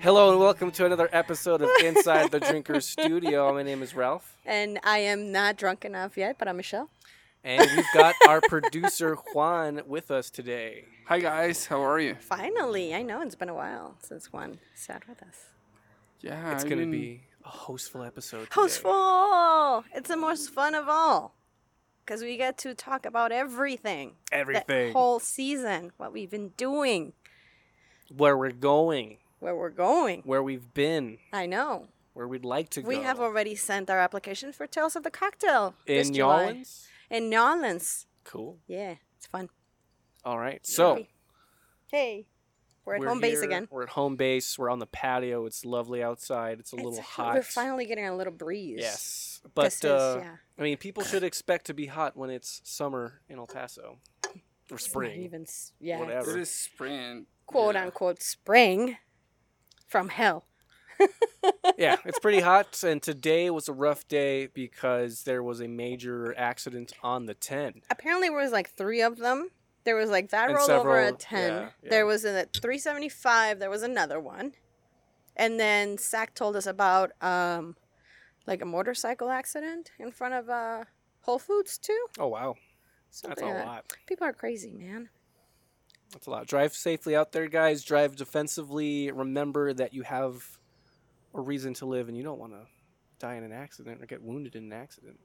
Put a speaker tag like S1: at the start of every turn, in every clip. S1: Hello and welcome to another episode of Inside the Drinker Studio. My name is Ralph,
S2: And I am not drunk enough yet, but I'm Michelle.
S1: and we've got our producer Juan with us today.
S3: Hi guys, how are you?
S2: Finally, I know it's been a while since one sat with us.
S3: Yeah,
S1: It's
S3: I
S1: going to
S3: mean,
S1: be a hostful episode. today.
S2: Hostful! It's the most fun of all. Because we get to talk about everything.
S1: Everything.
S2: The whole season, what we've been doing,
S1: Where we're going,
S2: where we're going.
S1: where we've been,
S2: I know.
S1: where we'd like to
S2: We
S1: go.
S2: have already sent our application for Tales of the Cocktail. this
S1: in New
S2: July.
S1: Orleans.
S2: In New Orleans.
S1: Cool.
S2: Yeah, it's fun.
S1: All right. So
S2: Hey. Hey. We're at home base
S1: here.
S2: again.
S1: We're at home base. We're on the patio. It's lovely outside. It's a little
S2: It's-
S1: hot.
S2: We're finally getting a little breeze.
S1: Yes,
S2: This
S1: but
S2: is-
S1: uh,
S2: yeah.
S1: I mean, people should expect to be hot when it's summer in El Paso or
S2: It's not
S1: spring.
S2: even s- yeah,
S1: whatever.
S2: it's
S3: It is spring.
S2: quote
S3: yeah.
S2: unquote spring from hell.
S1: yeah, it's pretty hot, and today was a rough day because there was a major accident on the 10.
S2: Apparently, there was like three of them. There was like that
S1: And
S2: rolled over a
S1: several-
S2: ten.
S1: yeah, yeah.
S2: There was a three seventy five. There was another one, and then Sack told us about um, like a motorcycle accident in front of uh Whole Foods too.
S1: Oh wow, that's
S2: Something
S1: a
S2: like that.
S1: lot.
S2: People are crazy, man.
S1: That's a lot. Drive safely out there, guys. Drive defensively. Remember that you have a reason to live, and you don't want to die in an accident or get wounded in an accident.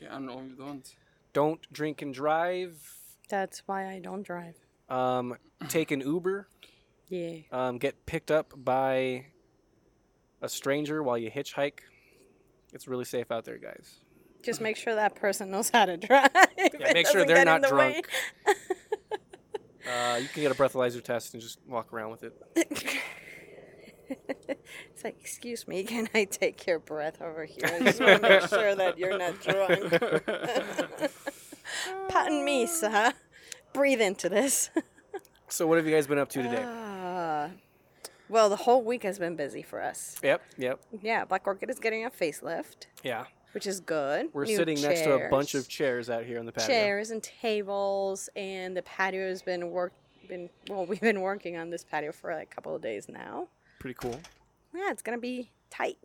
S3: Yeah, no, you don't.
S1: Don't drink and drive.
S2: That's why I don't drive.
S1: Um, take an Uber.
S2: Yeah.
S1: um, get picked up by a stranger while you hitchhike. It's really safe out there, guys.
S2: Just make sure that person knows how to drive.
S1: Yeah,
S2: It
S1: make sure
S2: doesn't
S1: they're
S2: get in
S1: not
S2: the way.
S1: drunk. Uh, you can get a breathalyzer test and just walk around with it.
S2: it's like, excuse me, can I take your breath over here? I just want to make sure that you're not drunk. Pardon me, sir. Breathe into this.
S1: So, what have you guys been up to today?
S2: Ah. well, the whole week has been busy for us.
S1: yep, yep,
S2: Yeah, Black Orchid is getting a facelift,
S1: yeah.
S2: which is good.
S1: We're
S2: New
S1: sitting next to a bunch
S2: chairs.
S1: of chairs out here on the patio.
S2: chairs and tables, and the patio has been work been well. We've been working on this patio for like a couple of days now.
S1: Pretty cool.
S2: Yeah, it's gonna be tight,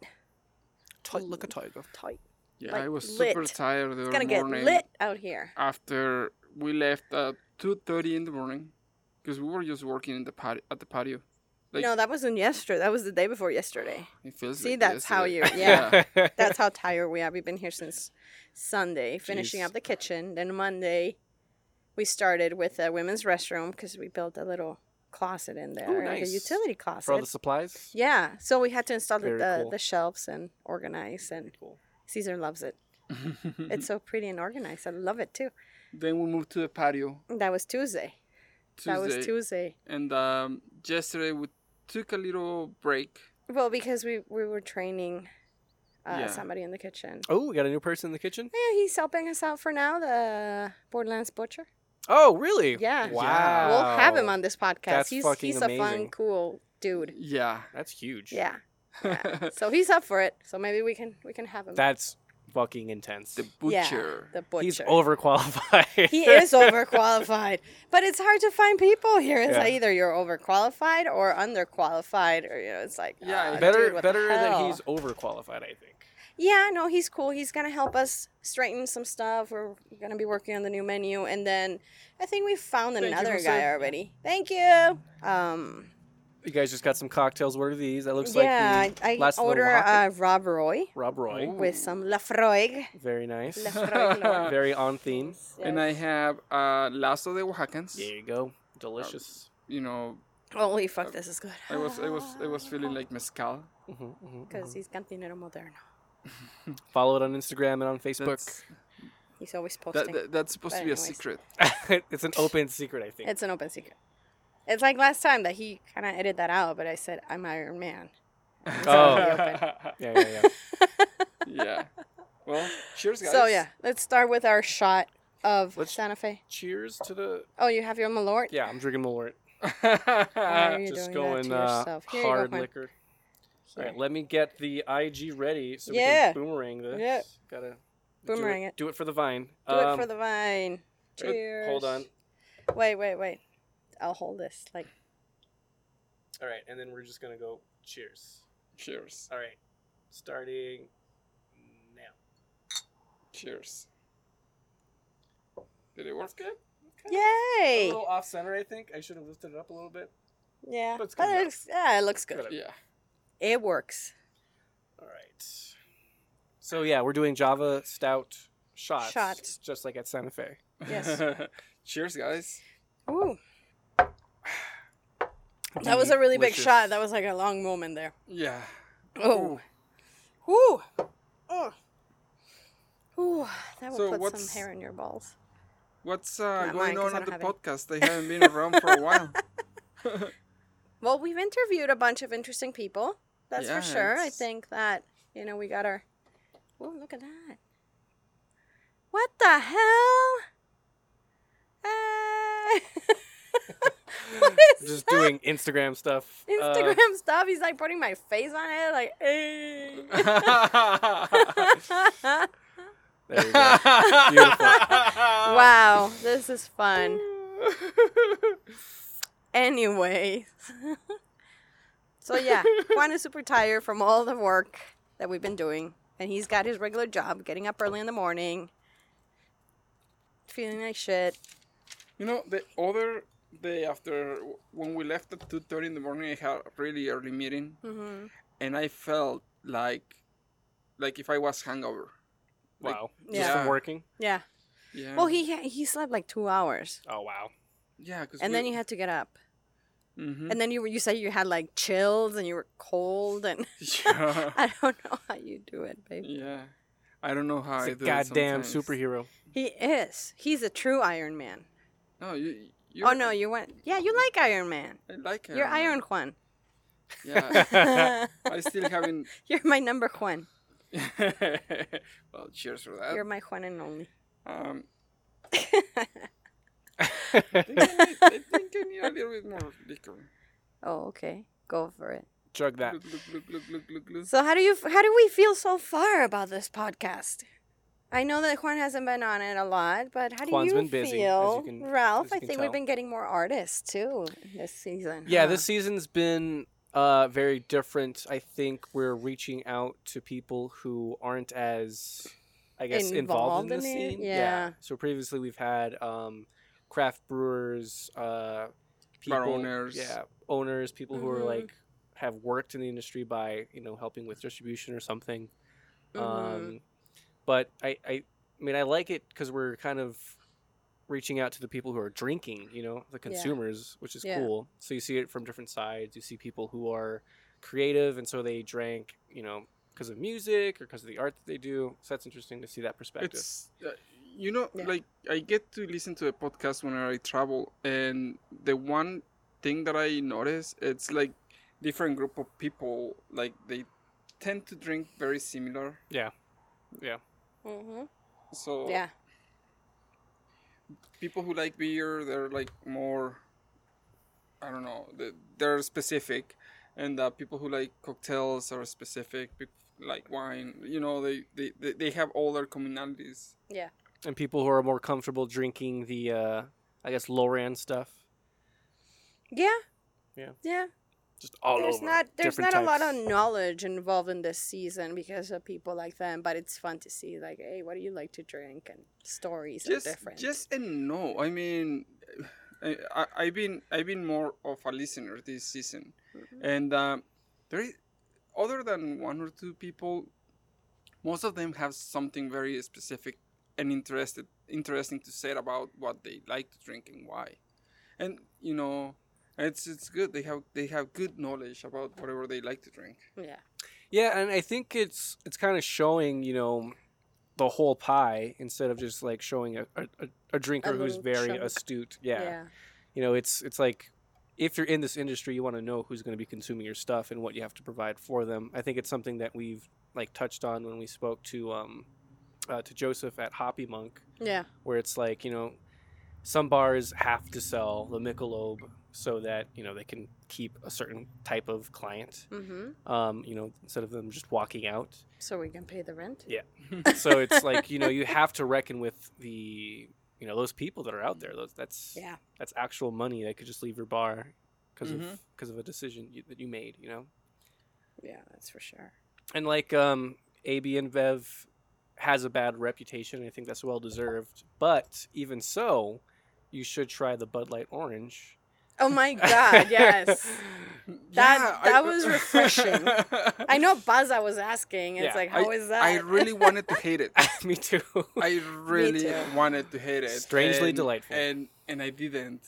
S1: Tight like a tiger.
S2: tight.
S3: Yeah,
S2: Like,
S3: I was super
S2: lit.
S3: tired the
S2: It's gonna
S3: other
S2: get
S3: morning
S2: lit out here.
S3: after we left at two thirty in the morning because we were just working in the patio at the patio. Like,
S2: no, that wasn't yesterday. That was the day before yesterday.
S3: It feels
S2: See,
S3: like
S2: that's how
S3: yesterday.
S2: you- yeah. That's how tired we are. We've been here since Sunday, finishing
S1: Jeez.
S2: up the kitchen. Then Monday, we started with a women's restroom because we built a little closet in there, like
S1: nice.
S2: a utility closet.
S1: For all the supplies.
S2: yeah, so we had to install the,
S1: Very
S2: the,
S1: cool.
S2: the shelves and organize. And
S1: Cool.
S2: Caesar loves it.
S1: Mm-hmm.
S2: it's so pretty and organized. I love it too.
S3: Then we moved to the patio
S2: That was Tuesday.
S3: Tuesday,
S2: That was Tuesday.
S3: and um, yesterday we took a little break.
S2: Well, because we we were training uh,
S3: Yeah.
S2: somebody in the kitchen.
S1: Oh, we got a new person in the kitchen.
S2: Yeah, he's helping us out for now, the Borderlands Butcher.
S1: Oh, really?
S2: Yeah.
S1: Wow.
S2: We'll have him on this podcast.
S1: That's
S2: he's
S1: fucking
S2: he's a fun,
S1: amazing.
S2: cool dude.
S3: Yeah.
S1: That's huge.
S2: Yeah. Yeah. so he's up for it. So maybe we can we can have him.
S1: That's fucking intense.
S3: The
S2: Yeah,
S3: butcher.
S2: the butcher.
S1: He's overqualified.
S2: he is overqualified. But it's hard to find people here. It's
S1: Yeah.
S2: like either you're overqualified or underqualified or you know, it's like
S3: Yeah,
S2: "Ah,
S1: better
S2: dude, what the
S1: better that
S2: hell?"
S1: he's overqualified, I think.
S2: Yeah, no, he's cool. He's gonna help us straighten some stuff. We're gonna be working on the new menu, and then I think we found
S3: Thank you,
S2: another
S3: Jose.
S2: guy already. Thank you. Um,
S1: You guys just got some cocktails. What are these? That looks
S2: yeah,
S1: like the
S2: I, I
S1: last
S2: order
S1: little
S2: uh, Rob Roy
S1: Rob Roy.
S3: Ooh.
S2: with some Lafroig.
S1: Very nice.
S2: Lafroig.
S1: Very on theme.
S3: And I have uh, Lasso de Oaxacans. Uh,
S1: There you go. Delicious.
S3: You know,
S2: holy fuck, this is good.
S3: I was, I was, I was feeling like mezcal.
S1: hmm hmm
S2: because he's Cantinero Moderno.
S1: Follow it on Instagram and on Facebook.
S3: That's,
S2: He's always
S3: that,
S2: posting.
S3: that- that's supposed
S2: But
S3: to be a
S2: anyways.
S3: secret.
S1: it's an open secret, I think.
S2: It's an open secret. It's like last time that he kind of edited that out, but I said I'm Iron Man.
S1: oh.
S3: yeah.
S1: Yeah, yeah, yeah.
S3: Well, cheers, guys.
S2: So yeah, let's start with our shot of
S1: Let's-
S2: Santa Fe.
S1: Cheers to the.
S2: Oh, you have your Malort.
S1: Yeah, I'm drinking Malort. Ah,
S2: Why are you
S1: Just going
S2: doing that to
S1: uh,
S2: yourself? Here you go,
S1: hard
S2: Juan.
S1: liquor. All
S2: Here.
S1: right, let me get the IG ready so
S2: Yeah.
S1: we can boomerang this.
S2: Yeah.
S1: Gotta
S2: Boomerang
S1: do
S2: it.
S1: Do it for the vine.
S2: Do it
S1: Um,
S2: for the vine.
S1: uh,
S2: Cheers.
S1: Hold on.
S2: Wait, wait, wait. I'll hold this. Like,
S1: All right, and then we're just gonna go cheers.
S3: Cheers.
S1: All right, starting now.
S3: Cheers. Did it work?
S1: That's good. Okay. A
S2: Yay!
S1: little off center, I think. I should have lifted it up a little bit.
S2: Yeah,
S1: But it's
S2: but
S1: good
S2: it looks, yeah, it looks good.
S1: Good.
S3: Yeah.
S2: It works.
S1: All right. So yeah, we're doing Java Stout shots,
S2: Shots.
S1: just like at Santa Fe.
S2: Yes.
S3: Cheers, guys.
S2: Ooh, that was a really big
S3: Delicious.
S2: shot. That was like a long moment there.
S3: Yeah.
S2: Oh,
S3: Ooh.
S2: ooh, oh, ooh. That would
S3: So
S2: put
S3: what's-
S2: some hair in your balls.
S3: What's uh,
S2: Not mine,
S3: going
S2: 'cause I
S3: on at the
S2: don't have
S3: podcast? They haven't been around for a while.
S2: Well, we've interviewed a bunch of interesting people. That's
S3: Yeah,
S2: for sure. I
S3: it's-
S2: think that you know we got our. Ooh, look at that! What the hell? Ah. What is
S1: Just
S2: that?
S1: doing Instagram stuff. Uh,
S2: Instagram stuff. He's like putting my face on it, like. "Hey."
S1: there you go. Beautiful.
S2: wow, this is fun. Anyway, so yeah, Juan is super tired from all the work that we've been doing, and he's got his regular job, getting up early in the morning, feeling like shit.
S3: You know, the other day after when we left at two thirty in the morning, I had a really early meeting,
S2: hmm
S3: and I felt like, like if I was hangover. Like,
S1: Wow. Just
S2: Yeah.
S1: from working.
S2: Yeah.
S3: Yeah.
S2: Well, he he slept like two hours,
S1: Oh wow.
S3: Yeah, cause
S2: and then you had to get up,
S3: hmm
S2: and then you were- you said you had like chills and you were cold, and
S3: yeah.
S2: I don't know how you do it, babe.
S3: yeah. I don't know how I
S1: He's a
S3: do it
S1: goddamn
S3: sometimes.
S1: superhero.
S2: He is. He's a true Iron Man.
S3: No, you. you
S2: Oh no, you went. Yeah, you like Iron Man.
S3: I like
S2: You're
S3: Man.
S2: Iron Juan.
S3: Yeah, I still haven't.
S2: You're my number Juan.
S3: well, cheers for
S1: Uh,
S3: that.
S2: You're my Juan and only.
S3: Um, I think
S1: Chug
S3: I need- I think I need a little bit more liquor.
S2: oh, okay. Go for it.
S1: that.
S3: Look, look, look, look, look, look, look.
S2: So how do you how do we feel so far about this podcast? I know that Juan hasn't been on it a lot, but how do
S1: Juan's
S2: you
S1: been busy, as you
S2: feel,
S1: can-
S2: Ralph?
S1: as you
S2: I
S1: can
S2: think
S1: tell.
S2: we've been getting more artists too this season.
S1: Yeah,
S2: huh?
S1: this season's been uh, very different. I think we're reaching out to people who aren't as, I guess, involved,
S2: Involved
S1: in the
S2: in it?
S1: scene.
S2: Yeah.
S1: So previously we've had um, craft brewers, uh, people,
S3: Bar owners.
S1: yeah, owners, people who are
S2: Mhm.
S1: like have worked in the industry by you know helping with distribution or something.
S2: Mhm.
S1: Um, but I, I, I mean, I like it because we're kind of reaching out to the people who are drinking, you know, the consumers, which is
S2: Yeah.
S1: cool. So you see it from different sides. You see people who are creative, and so they drank, you know, because of music or because of the art that they do. So that's interesting to see that perspective.
S3: It's uh, you know,
S2: Yeah.
S3: like I get to listen to a podcast whenever I travel, and the one thing that I notice, it's like different group of people, like they tend to drink very similar.
S2: Mhm.
S3: So
S2: Yeah.
S3: people who like beer they're like more i don't know they- they're specific and uh, people who like cocktails are specific people like wine you know they they, they, they have all their commonalities
S1: And people who are more comfortable drinking the, uh, I guess, lower end stuff.
S2: Yeah.
S1: Yeah.
S2: Yeah.
S1: Just all
S2: there's
S1: over.
S2: not there's not
S1: different
S2: a lot
S1: types.
S2: of knowledge involved in this season because of people like them but it's fun to see like hey what do you like to drink and stories
S3: just
S2: are different
S3: just and no i mean I, I i've been i've been more of a listener this season
S2: Mhm.
S3: and um, there is other than one or two people most of them have something very specific and interested interesting to say about what they like to drink and why and you know it's it's good they have they have good knowledge about whatever they like to drink
S2: yeah
S1: Yeah, and I think it's it's kind of showing you know the whole pie instead of just like showing a, a, a- a drinker who's
S2: little
S1: very
S2: chunk.
S1: astute.
S2: yeah,
S1: Yeah. you know it's it's like if you're in this industry, you want to know who's going to be consuming your stuff and what you have to provide for them. I think it's something that we've like touched on when we spoke to um uh, to Joseph at Hoppy Monk,
S2: Yeah.
S1: where it's like you know some bars have to sell the Michelob so that you know they can keep a certain type of client.
S2: hmm
S1: Um, you know instead of them just walking out.
S2: so we can pay the rent
S1: so it's like you know you have to reckon with the you know those people that are out there those that's
S2: yeah
S1: that's actual money that could just leave your bar because
S3: Mhm.
S2: Mm-hmm.
S1: of because of a decision you, that you made. You know,
S2: Yeah, that's for sure.
S1: and like um, AB and Vev has a bad reputation. and I think that's well deserved. But even so, you should try the Bud Light Orange.
S2: Oh my god, yes. That- that was refreshing. I know Baza was asking. It's
S1: Yeah,
S2: like, how is that?
S3: I really wanted to hate it.
S1: Me too.
S3: I really
S2: too.
S3: wanted to hate it.
S1: Strangely
S3: and-
S1: delightful.
S3: And and I didn't.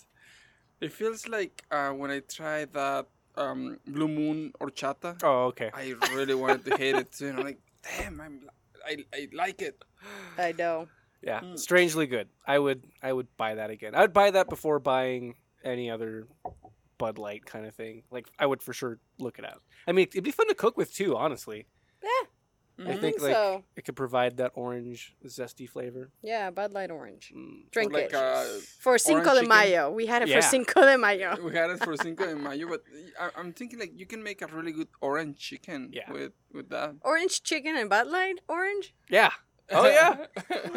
S3: It feels like uh, when I tried that um, Blue Moon horchata,
S1: oh, okay.
S3: I really wanted to hate it too. And I'm like, damn, I'm, I, I like it.
S2: I know.
S1: Yeah,
S2: Hmm.
S3: Mm.
S1: strangely good. I would I would buy that again. I would buy that before buying any other Bud Light kind of thing. Like I would for sure look it up. I mean, it'd be fun to cook with too. Honestly,
S3: Mhm.
S1: I
S2: I
S1: think,
S2: think
S1: like-
S2: mm-hmm, so.
S1: it could provide that orange zesty flavor.
S2: Yeah, Bud Light Orange.
S1: Mm.
S2: Drink
S3: like,
S2: it.
S3: uh,
S2: for Cinco de
S3: chicken.
S2: Mayo. We had it
S1: Yeah.
S2: for Cinco de Mayo.
S3: we had it for Cinco de Mayo, but I, I'm thinking like you can make a really good orange chicken
S1: Yeah.
S3: with with that.
S2: Orange chicken and Bud Light Orange?
S1: Yeah, Oh, yeah.
S2: That'd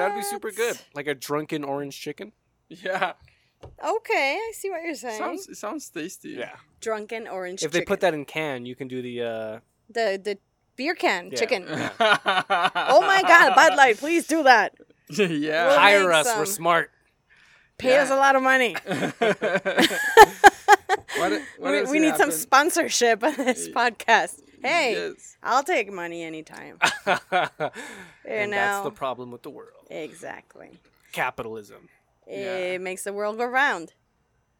S1: that'd be super good. Like a drunken orange chicken.
S3: yeah.
S2: Okay, I see what you're saying.
S3: Sounds it sounds tasty.
S2: Drunken orange
S1: If
S2: chicken.
S1: they put that in can, you can do the. uh
S2: the the beer can
S1: Yeah.
S2: chicken.
S3: oh
S2: Oh my god, Bud Light, please do that. We'll
S3: yeah.
S1: Hire
S2: make
S1: us. We're
S2: some.
S1: smart.
S2: Pay us a
S3: Yeah.
S2: lot of money.
S3: e-, What- what
S2: we
S3: else
S2: we
S3: did
S2: need some
S3: happen?
S2: sponsorship on this
S3: Y-
S2: podcast. Hey,
S3: Yes.
S2: I'll take money anytime.
S1: and that's
S2: now.
S1: the problem with the world.
S2: exactly.
S1: Capitalism.
S3: Yeah.
S2: It makes the world go round.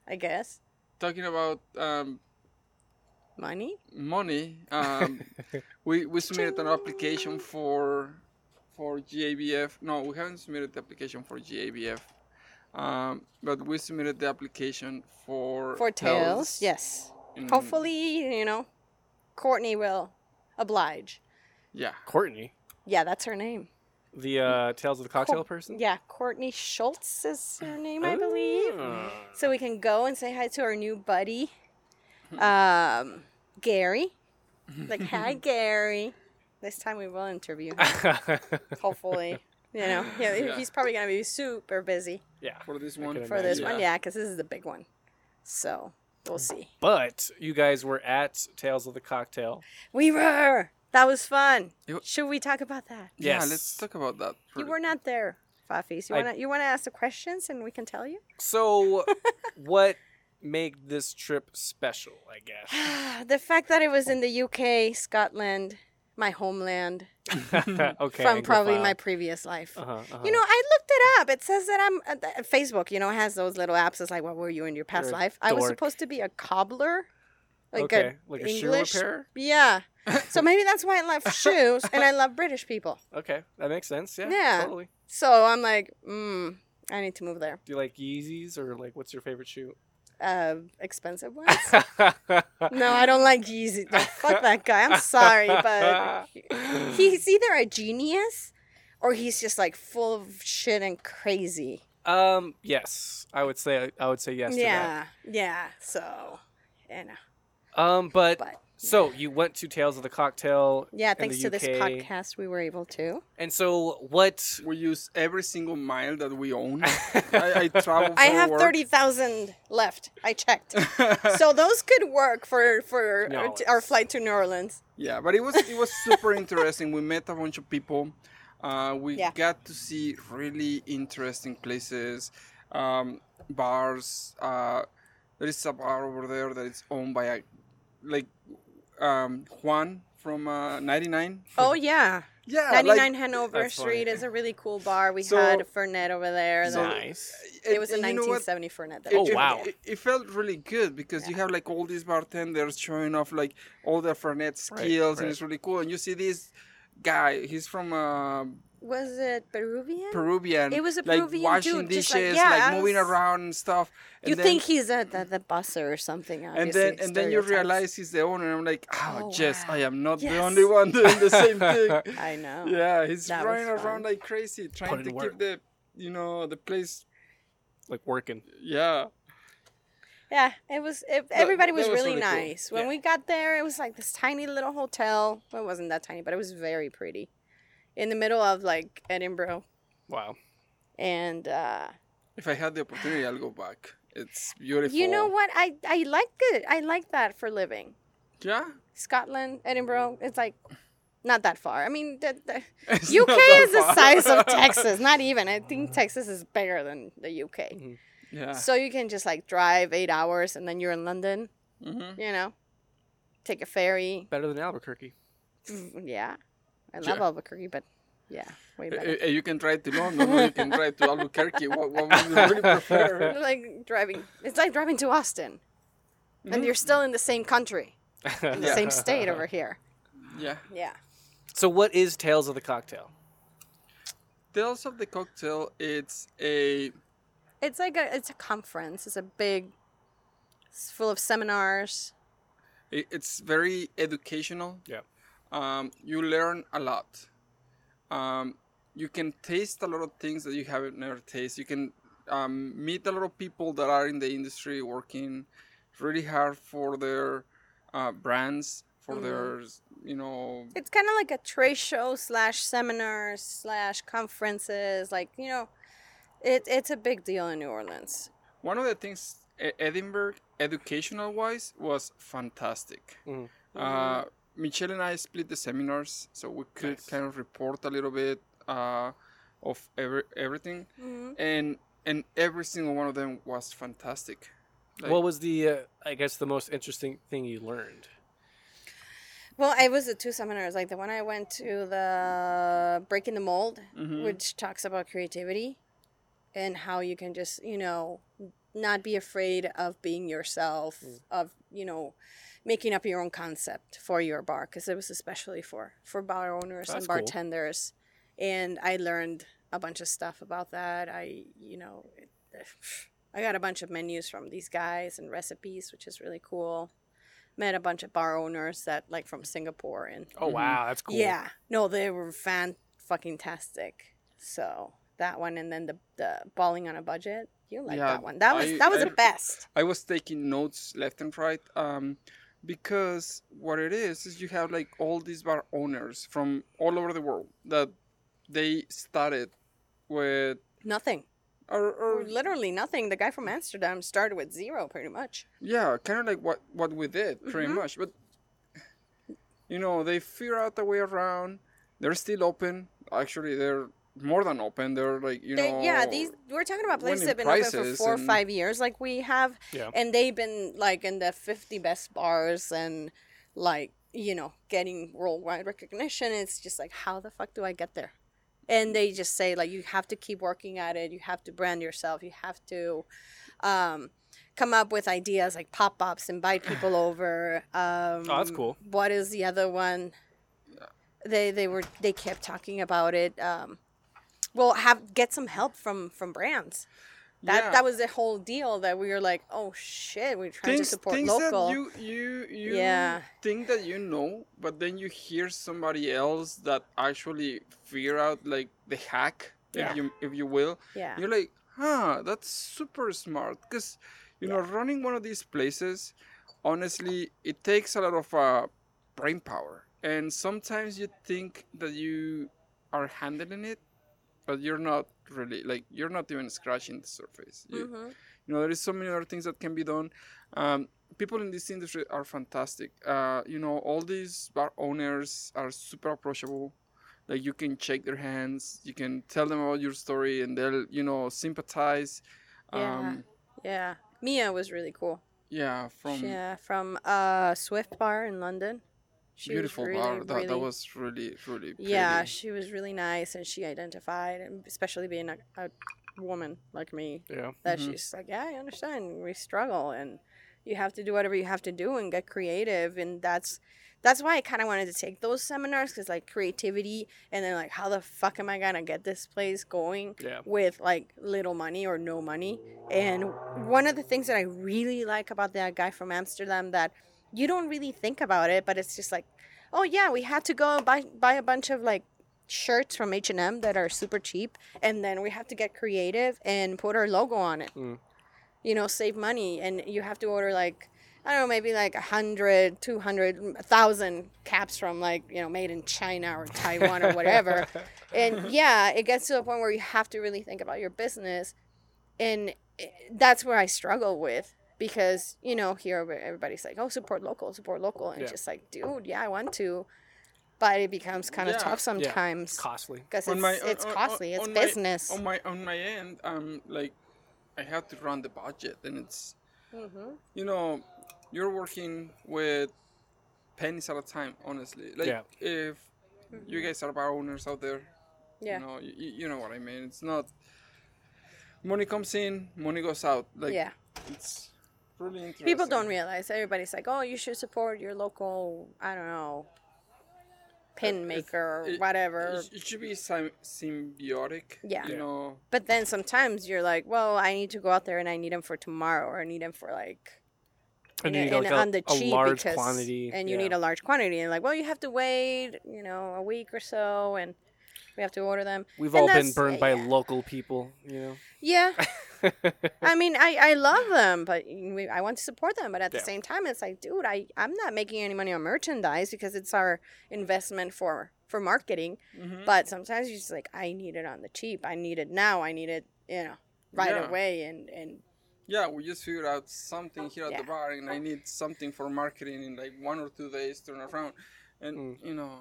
S2: I guess.
S3: Talking about um,
S2: Money?
S3: money, um, we we submitted an application for for GABF. No, we haven't submitted the application for GABF. Um, but we submitted the application for
S2: For tails,
S3: Yes.
S2: yes.
S1: Hmm.
S2: Hopefully, you know, Courtney will oblige.
S3: Yeah.
S1: Courtney,
S2: Yeah, that's her name.
S1: the uh, Tales of the Cocktail person.
S2: Yeah, Courtney Schultz is her name, I believe.
S1: Ah.
S2: So we can go and say hi to our new buddy, um, Gary. Like, hi, Gary. This time we will interview him,
S1: Ah.
S2: hopefully. You know, yeah, he-
S3: Yeah.
S2: he's probably going to be super busy
S1: yeah.
S3: For this
S1: I
S3: one.
S1: can
S2: for this
S1: Yeah.
S2: one. Yeah, because this is the big one. So we'll see.
S1: But you guys were at Tales of the Cocktail.
S2: We were! That was fun.
S3: You-
S2: Should we talk about that?
S3: Yeah,
S1: Yes.
S3: let's talk about that.
S2: You were not there, Fafis. You
S1: I-
S2: wanna you wanna ask the questions and we can tell you.
S1: So, what made this trip special? I guess.
S2: the fact that it was in the UK, Scotland, my homeland,
S1: okay.
S2: from probably my previous life.
S1: uh
S2: You know, I looked it up. It says that I'm uh, th- Facebook. You know, has those little apps. It's like, what were you in your past
S1: You're a
S2: life? I was
S1: dork.
S2: supposed to be a cobbler, like
S1: okay.
S2: a
S1: like a
S2: English-
S1: shoe repair.
S2: yeah. So maybe that's why I love shoes and I love British people.
S1: Okay, that makes sense. Yeah,
S2: Yeah.
S1: Totally.
S2: So I'm like, mm, I need to move there.
S1: Do you like Yeezys or like what's your favorite shoe?
S2: Uh, expensive ones. No, I don't like Yeezy. No, fuck that guy. I'm sorry, but he's either a genius or he's just like full of shit and crazy.
S1: Um. Yes, I would say I would say yes. To
S2: yeah, yeah. So, you know,
S1: that. Um. But,
S2: but
S1: so you went to Tales of the Cocktail,
S2: yeah,
S1: In
S2: thanks
S1: the
S2: to this
S1: UK.
S2: podcast, we were able to.
S1: and so what?
S3: We use every single mile that we own. I, I travel.
S2: I have
S3: forward.
S2: thirty thousand left. I checked, so those could work for for
S1: New
S2: our,
S1: Orleans.
S2: our flight to New Orleans.
S3: Yeah, but it was it was super interesting. We met a bunch of people. Uh, we
S2: Yeah.
S3: got to see really interesting places, um, bars. Uh, there is a bar over there that is owned by a, like um, Juan from uh, 99.
S2: Oh yeah,
S3: Yeah, like-
S2: ninety nine Hanover
S1: That's funny.
S2: Street is a really cool bar. We
S3: So-
S2: had a Fernet over there. that-
S1: nice.
S2: it was a
S3: and you know
S2: nineteen
S3: what?
S2: seventy Fernet. That
S3: It-
S1: Oh,
S3: it-
S2: we
S1: wow.
S3: It, it felt really good because you have like all these bartenders showing off like all their Fernet skills,
S1: Right,
S3: and
S1: right.
S3: it's really cool. And you see this guy, he's from uh,
S2: Was it Peruvian?
S3: Peruvian.
S2: It was a Peruvian
S3: like washing
S2: dude,
S3: dishes,
S2: just like- yeah, I
S3: moving
S2: was-
S3: around and stuff. And
S2: you
S3: then,
S2: think he's a, the, the busser or something.
S3: and
S2: Obviously,
S3: then and then you
S2: stereotypes.
S3: realize he's the owner. And I'm like, oh,
S2: Oh,
S3: yes,
S2: wow.
S3: I am not the
S2: Yes.
S3: only one doing the same thing.
S2: I know.
S3: yeah, he's
S2: That was
S3: running
S2: fun.
S3: around like crazy,
S1: Put
S3: trying
S1: in
S3: to
S1: work.
S3: keep the you know the place.
S1: Like working.
S3: Yeah,
S2: Yeah, it was. It, everybody
S3: that
S2: was,
S3: was
S2: really,
S3: really cool.
S2: nice. When
S1: Yeah.
S2: we got there, it was like this tiny little hotel. Well, it wasn't that tiny, but it was very pretty, in the middle of like Edinburgh,
S1: Wow.
S2: and uh,
S3: if I had the opportunity, I'll go back. It's beautiful.
S2: You know what? I I like it. I like that for living.
S3: Yeah.
S2: Scotland, Edinburgh. It's like not that far. I mean, the, the
S3: It's
S2: UK
S3: not that
S2: is the
S3: far.
S2: size of Texas. Not even. I think Texas is bigger than the UK.
S3: yeah.
S2: So you can just like drive eight hours and then you're in London.
S3: Mhm.
S2: You know, take a ferry.
S1: Better than Albuquerque.
S2: Yeah, I love
S3: Sure.
S2: Albuquerque, but yeah, way better.
S3: Eh, eh, You can try to London or you can try to Albuquerque. What, what would you really prefer?
S2: like driving it's like driving to austin and you're still in the same country the
S3: Yeah.
S2: same state over here
S3: Yeah.
S2: yeah
S1: So what is Tales of the Cocktail?
S3: Tales of the Cocktail, it's a.
S2: it's like a it's a conference it's a big it's full of seminars
S3: i- It's very educational.
S1: Yeah.
S3: Um, you learn a lot. Um, you can taste a lot of things that you haven't never tasted. You can um, meet a lot of people that are in the industry working really hard for their uh, brands, for their, you know,
S2: it's kind of like a trade show slash seminars slash conferences like you know it, it's a big deal in new orleans
S3: One of the things E- Edinburgh, educational wise, was fantastic.
S1: Mhm.
S3: Uh, Michelle and I split the seminars, so we could
S1: Nice.
S3: kind of report a little bit uh, of every, everything,
S2: Mhm.
S3: and and every single one of them was fantastic. Like,
S1: what was the uh, I guess the most interesting thing you learned?
S2: well i was at two seminars like the one i went to the breaking the mold
S1: Mm-hmm.
S3: mhm,
S2: which talks about creativity and how you can just you know not be afraid of being yourself
S1: Mm.
S2: of you know making up your own concept for your bar because it was especially for for bar owners
S1: That's
S2: and
S1: cool.
S2: bartenders and i learned a bunch of stuff about that i you know i got a bunch of menus from these guys and recipes which is really cool met a bunch of bar owners that like from singapore and
S1: Oh
S3: Mhm.
S1: wow, that's cool.
S2: Mm-hmm. yeah. No, they were fan fucking tastic. So that one and then the the balling on a budget. You like
S3: Yeah,
S2: that one. That was
S3: I-
S2: that was
S3: I-
S2: the best.
S3: I was taking notes left and right um, because what it is is you have like all these bar owners from all over the world that they started with
S2: Nothing.
S3: or, or
S2: Literally nothing. The guy from Amsterdam started with zero pretty much.
S3: Yeah, kind of like what what we did, pretty
S2: Mm-hmm.
S3: much. But you know, they figure out a way around. They're still open. Actually, they're more than open. They're like you
S2: They-
S3: know.
S2: yeah, these we're talking about places
S3: winning
S2: that have been open for
S3: prizes
S2: four or
S3: and-
S2: five years, like we have,
S1: Yeah.
S2: and they've been like in the fifty best bars and like you know getting worldwide recognition. It's just like how the fuck do I get there? And they just say like you have to keep working at it. You have to brand yourself. You have to um, come up with ideas like pop ups, invite people over. Um,
S1: Oh, that's cool.
S2: What is the other one? They they were they kept talking about it. Um, well, have get some help from from brands. That
S3: Yeah.
S2: that was the whole deal that we were like, oh shit, we're trying
S3: things,
S2: to support
S3: things
S2: local.
S3: that you you you
S2: Yeah.
S3: think that you know, but then you hear somebody else that actually figure out like the hack,
S1: Yeah.
S3: if you if you will.
S2: yeah,
S3: You're like, huh, that's super smart. Because, you know, running one of these places, honestly, it takes a lot of uh, brain power. And sometimes you think that you are handling it, but you're not really. Like, you're not even scratching the surface. You,
S2: Mhm.
S3: you know, there is so many other things that can be done. Um, people in this industry are fantastic. Uh, you know, all these bar owners are super approachable. Like you can shake their hands, you can tell them about your story, and they'll you know sympathize.
S2: Yeah.
S3: Um,
S2: yeah. Mia was really cool.
S3: yeah, from
S2: yeah, from uh, Swift Bar in London. She was
S3: beautiful
S2: really,
S3: bar. That, that
S2: really-
S3: was really really.
S2: Yeah,
S3: pretty.
S2: she was really nice, and she identified, and especially being a, a woman like me,
S1: Yeah.
S2: that
S3: Mhm.
S2: she's like, yeah, I understand. We struggle, and you have to do whatever you have to do and get creative, and that's that's why I kind of wanted to take those seminars because like creativity, and then like how the fuck am I gonna get this place going?
S1: Yeah.
S2: with like little money or no money. And one of the things that I really like about that guy from Amsterdam that you don't really think about it, but it's just like, oh yeah, we had to go and buy buy a bunch of like shirts from H and M that are super cheap, and then we have to get creative and put our logo on it.
S1: Mm.
S2: You know, save money, and you have to order like. I don't know, maybe like a hundred, two hundred, mm, a thousand caps from like, you know, made in China or Taiwan or whatever and yeah, it gets to a point where you have to really think about your business. And that's where I struggle with because you know here where everybody's like, oh, support local, support local, and
S1: Yeah.
S2: just like, dude, yeah, I want to, but it becomes kind of
S3: Yeah.
S2: tough
S1: Yeah.
S2: sometimes
S1: costly.
S2: because
S3: On
S2: it's,
S3: my- on-
S2: it's
S3: on- on-
S2: costly, it's
S3: on my-
S2: business.
S3: on my on my end i'm like i have to run the budget and it's
S2: Mhm.
S3: you know you're working with pennies at a time honestly like
S1: Yeah.
S3: if you guys are bar owners out there
S2: Yeah.
S3: you know you, you know what i mean it's not money comes in money goes out like
S2: yeah.
S3: it's really interesting
S2: People don't realize. Everybody's like, oh, you should support your local, I don't know, pin
S3: If-
S2: maker or
S3: it-
S2: whatever.
S3: it, it should be sym- symbiotic
S2: Yeah.
S3: you
S1: Yeah.
S3: know
S2: But then sometimes you're like, well, I need to go out there and I need them for tomorrow or I need them for like
S1: And
S2: in
S1: you
S2: a-
S1: need like
S2: in-
S1: a,
S2: on the
S1: a
S2: cheap
S1: large
S2: because,
S1: quantity.
S2: and you need a large quantity and like well you have to wait you know a week or so and we have to order them
S1: We've
S2: and
S1: all been
S2: that's-
S1: burned by
S2: yeah.
S1: local people, you
S2: yeah
S1: know.
S2: i mean i i love them but we, i want to support them but at the
S1: Yeah.
S2: same time it's like dude i i'm not making any money on merchandise because it's our investment for for marketing
S1: Mm-hmm.
S3: mhm.
S2: but sometimes you're just like i need it on the cheap i need it now i need it you know right
S3: Yeah.
S2: away and and
S3: Yeah, we just figured out something here at
S2: Yeah.
S3: the bar, and I need something for marketing in like one or two days. Turn around, and
S1: Mm.
S3: you know,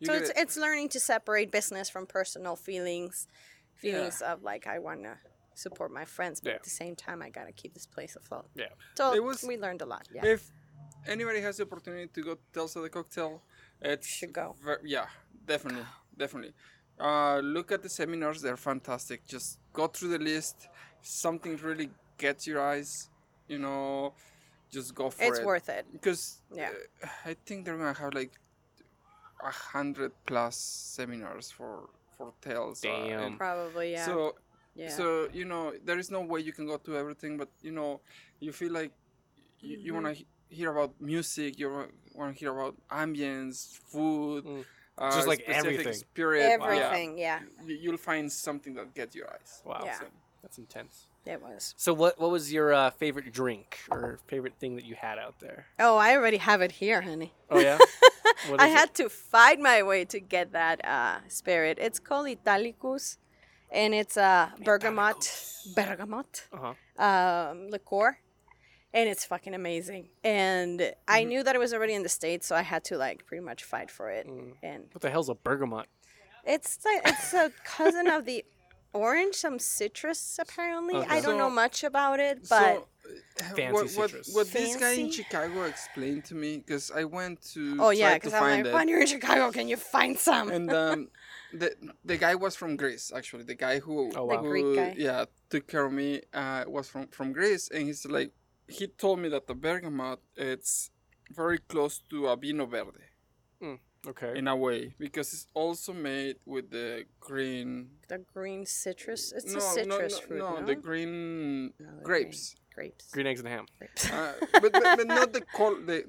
S3: you
S2: so
S3: get
S2: it's
S3: it.
S2: it's learning to separate business from personal feelings, feelings of like I want to support my friends, but
S1: Yeah.
S2: at the same time I gotta keep this place afloat.
S1: Yeah.
S2: So
S3: It was-
S2: we learned a lot. Yeah.
S3: if anybody has the opportunity to go to Delta the cocktail, it's
S2: Should go.
S3: ver- yeah, definitely, definitely. Uh, look at the seminars; they're fantastic. Just go through the list. Something really gets your eyes. You know, just go for
S2: it's
S3: it.
S2: worth it.
S3: because
S2: Yeah.
S3: uh, I think they're gonna have like a hundred plus seminars for for tales. uh,
S1: Damn.
S3: and
S2: Probably. Yeah.
S3: So
S2: yeah.
S3: so you know there is no way you can go to everything, but you know you feel like you, you wanna
S2: Mm-hmm.
S3: he- hear about music, you wa- wanna hear about ambience, food,
S1: Mm.
S3: uh,
S1: Just, like,
S3: specific
S1: everything.
S3: spirit. yeah.
S2: Everything. Yeah.
S3: You- You'll find something that gets your eyes.
S1: wow,
S2: Yeah.
S3: So-
S1: that's intense.
S2: It was.
S1: So what what was your uh, favorite drink or favorite thing that you had out there?
S2: Oh, I already have it here, honey.
S1: Oh yeah, What
S2: I
S1: is it?
S2: had to find my way to get that uh, spirit. It's called Italicus, and it's uh, bergamot,
S1: Italicus.
S2: bergamot
S1: Uh-huh.
S2: um, liqueur, and it's fucking amazing. And I
S1: Mm-hmm.
S3: Mhm.
S2: knew that it was already in the states, so I had to like pretty much fight for it.
S1: Mm.
S2: And
S1: What the hell's a bergamot?
S2: it's like it's a cousin of the orange, some citrus apparently. I
S1: Okay.
S2: don't know
S3: So-
S2: much about it, but
S3: uh,
S1: Fancy
S3: what, what,
S1: citrus.
S3: what this guy in
S2: Fancy?
S3: Chicago explained to me because I went to
S2: oh yeah,
S3: try to
S2: because I'm
S3: find
S2: like,
S3: it,
S2: when you're in Chicago, can you find some?
S3: and um, the the guy was from Greece actually. The guy who,
S1: Oh, wow. The
S2: Greek
S3: who,
S2: guy.
S3: yeah took care of me uh, was from from Greece, and he's like he told me that the bergamot it's very close to a vino verde
S1: Okay.
S3: in a way because it's also made with the green.
S2: the green citrus. It's
S3: no,
S2: a citrus
S3: no, no,
S2: fruit.
S3: no,
S2: No,
S3: the green
S2: No, the green-
S3: grapes.
S2: Grapes.
S1: Green eggs and ham.
S2: grapes.
S3: Uh, but, but, but not the col- the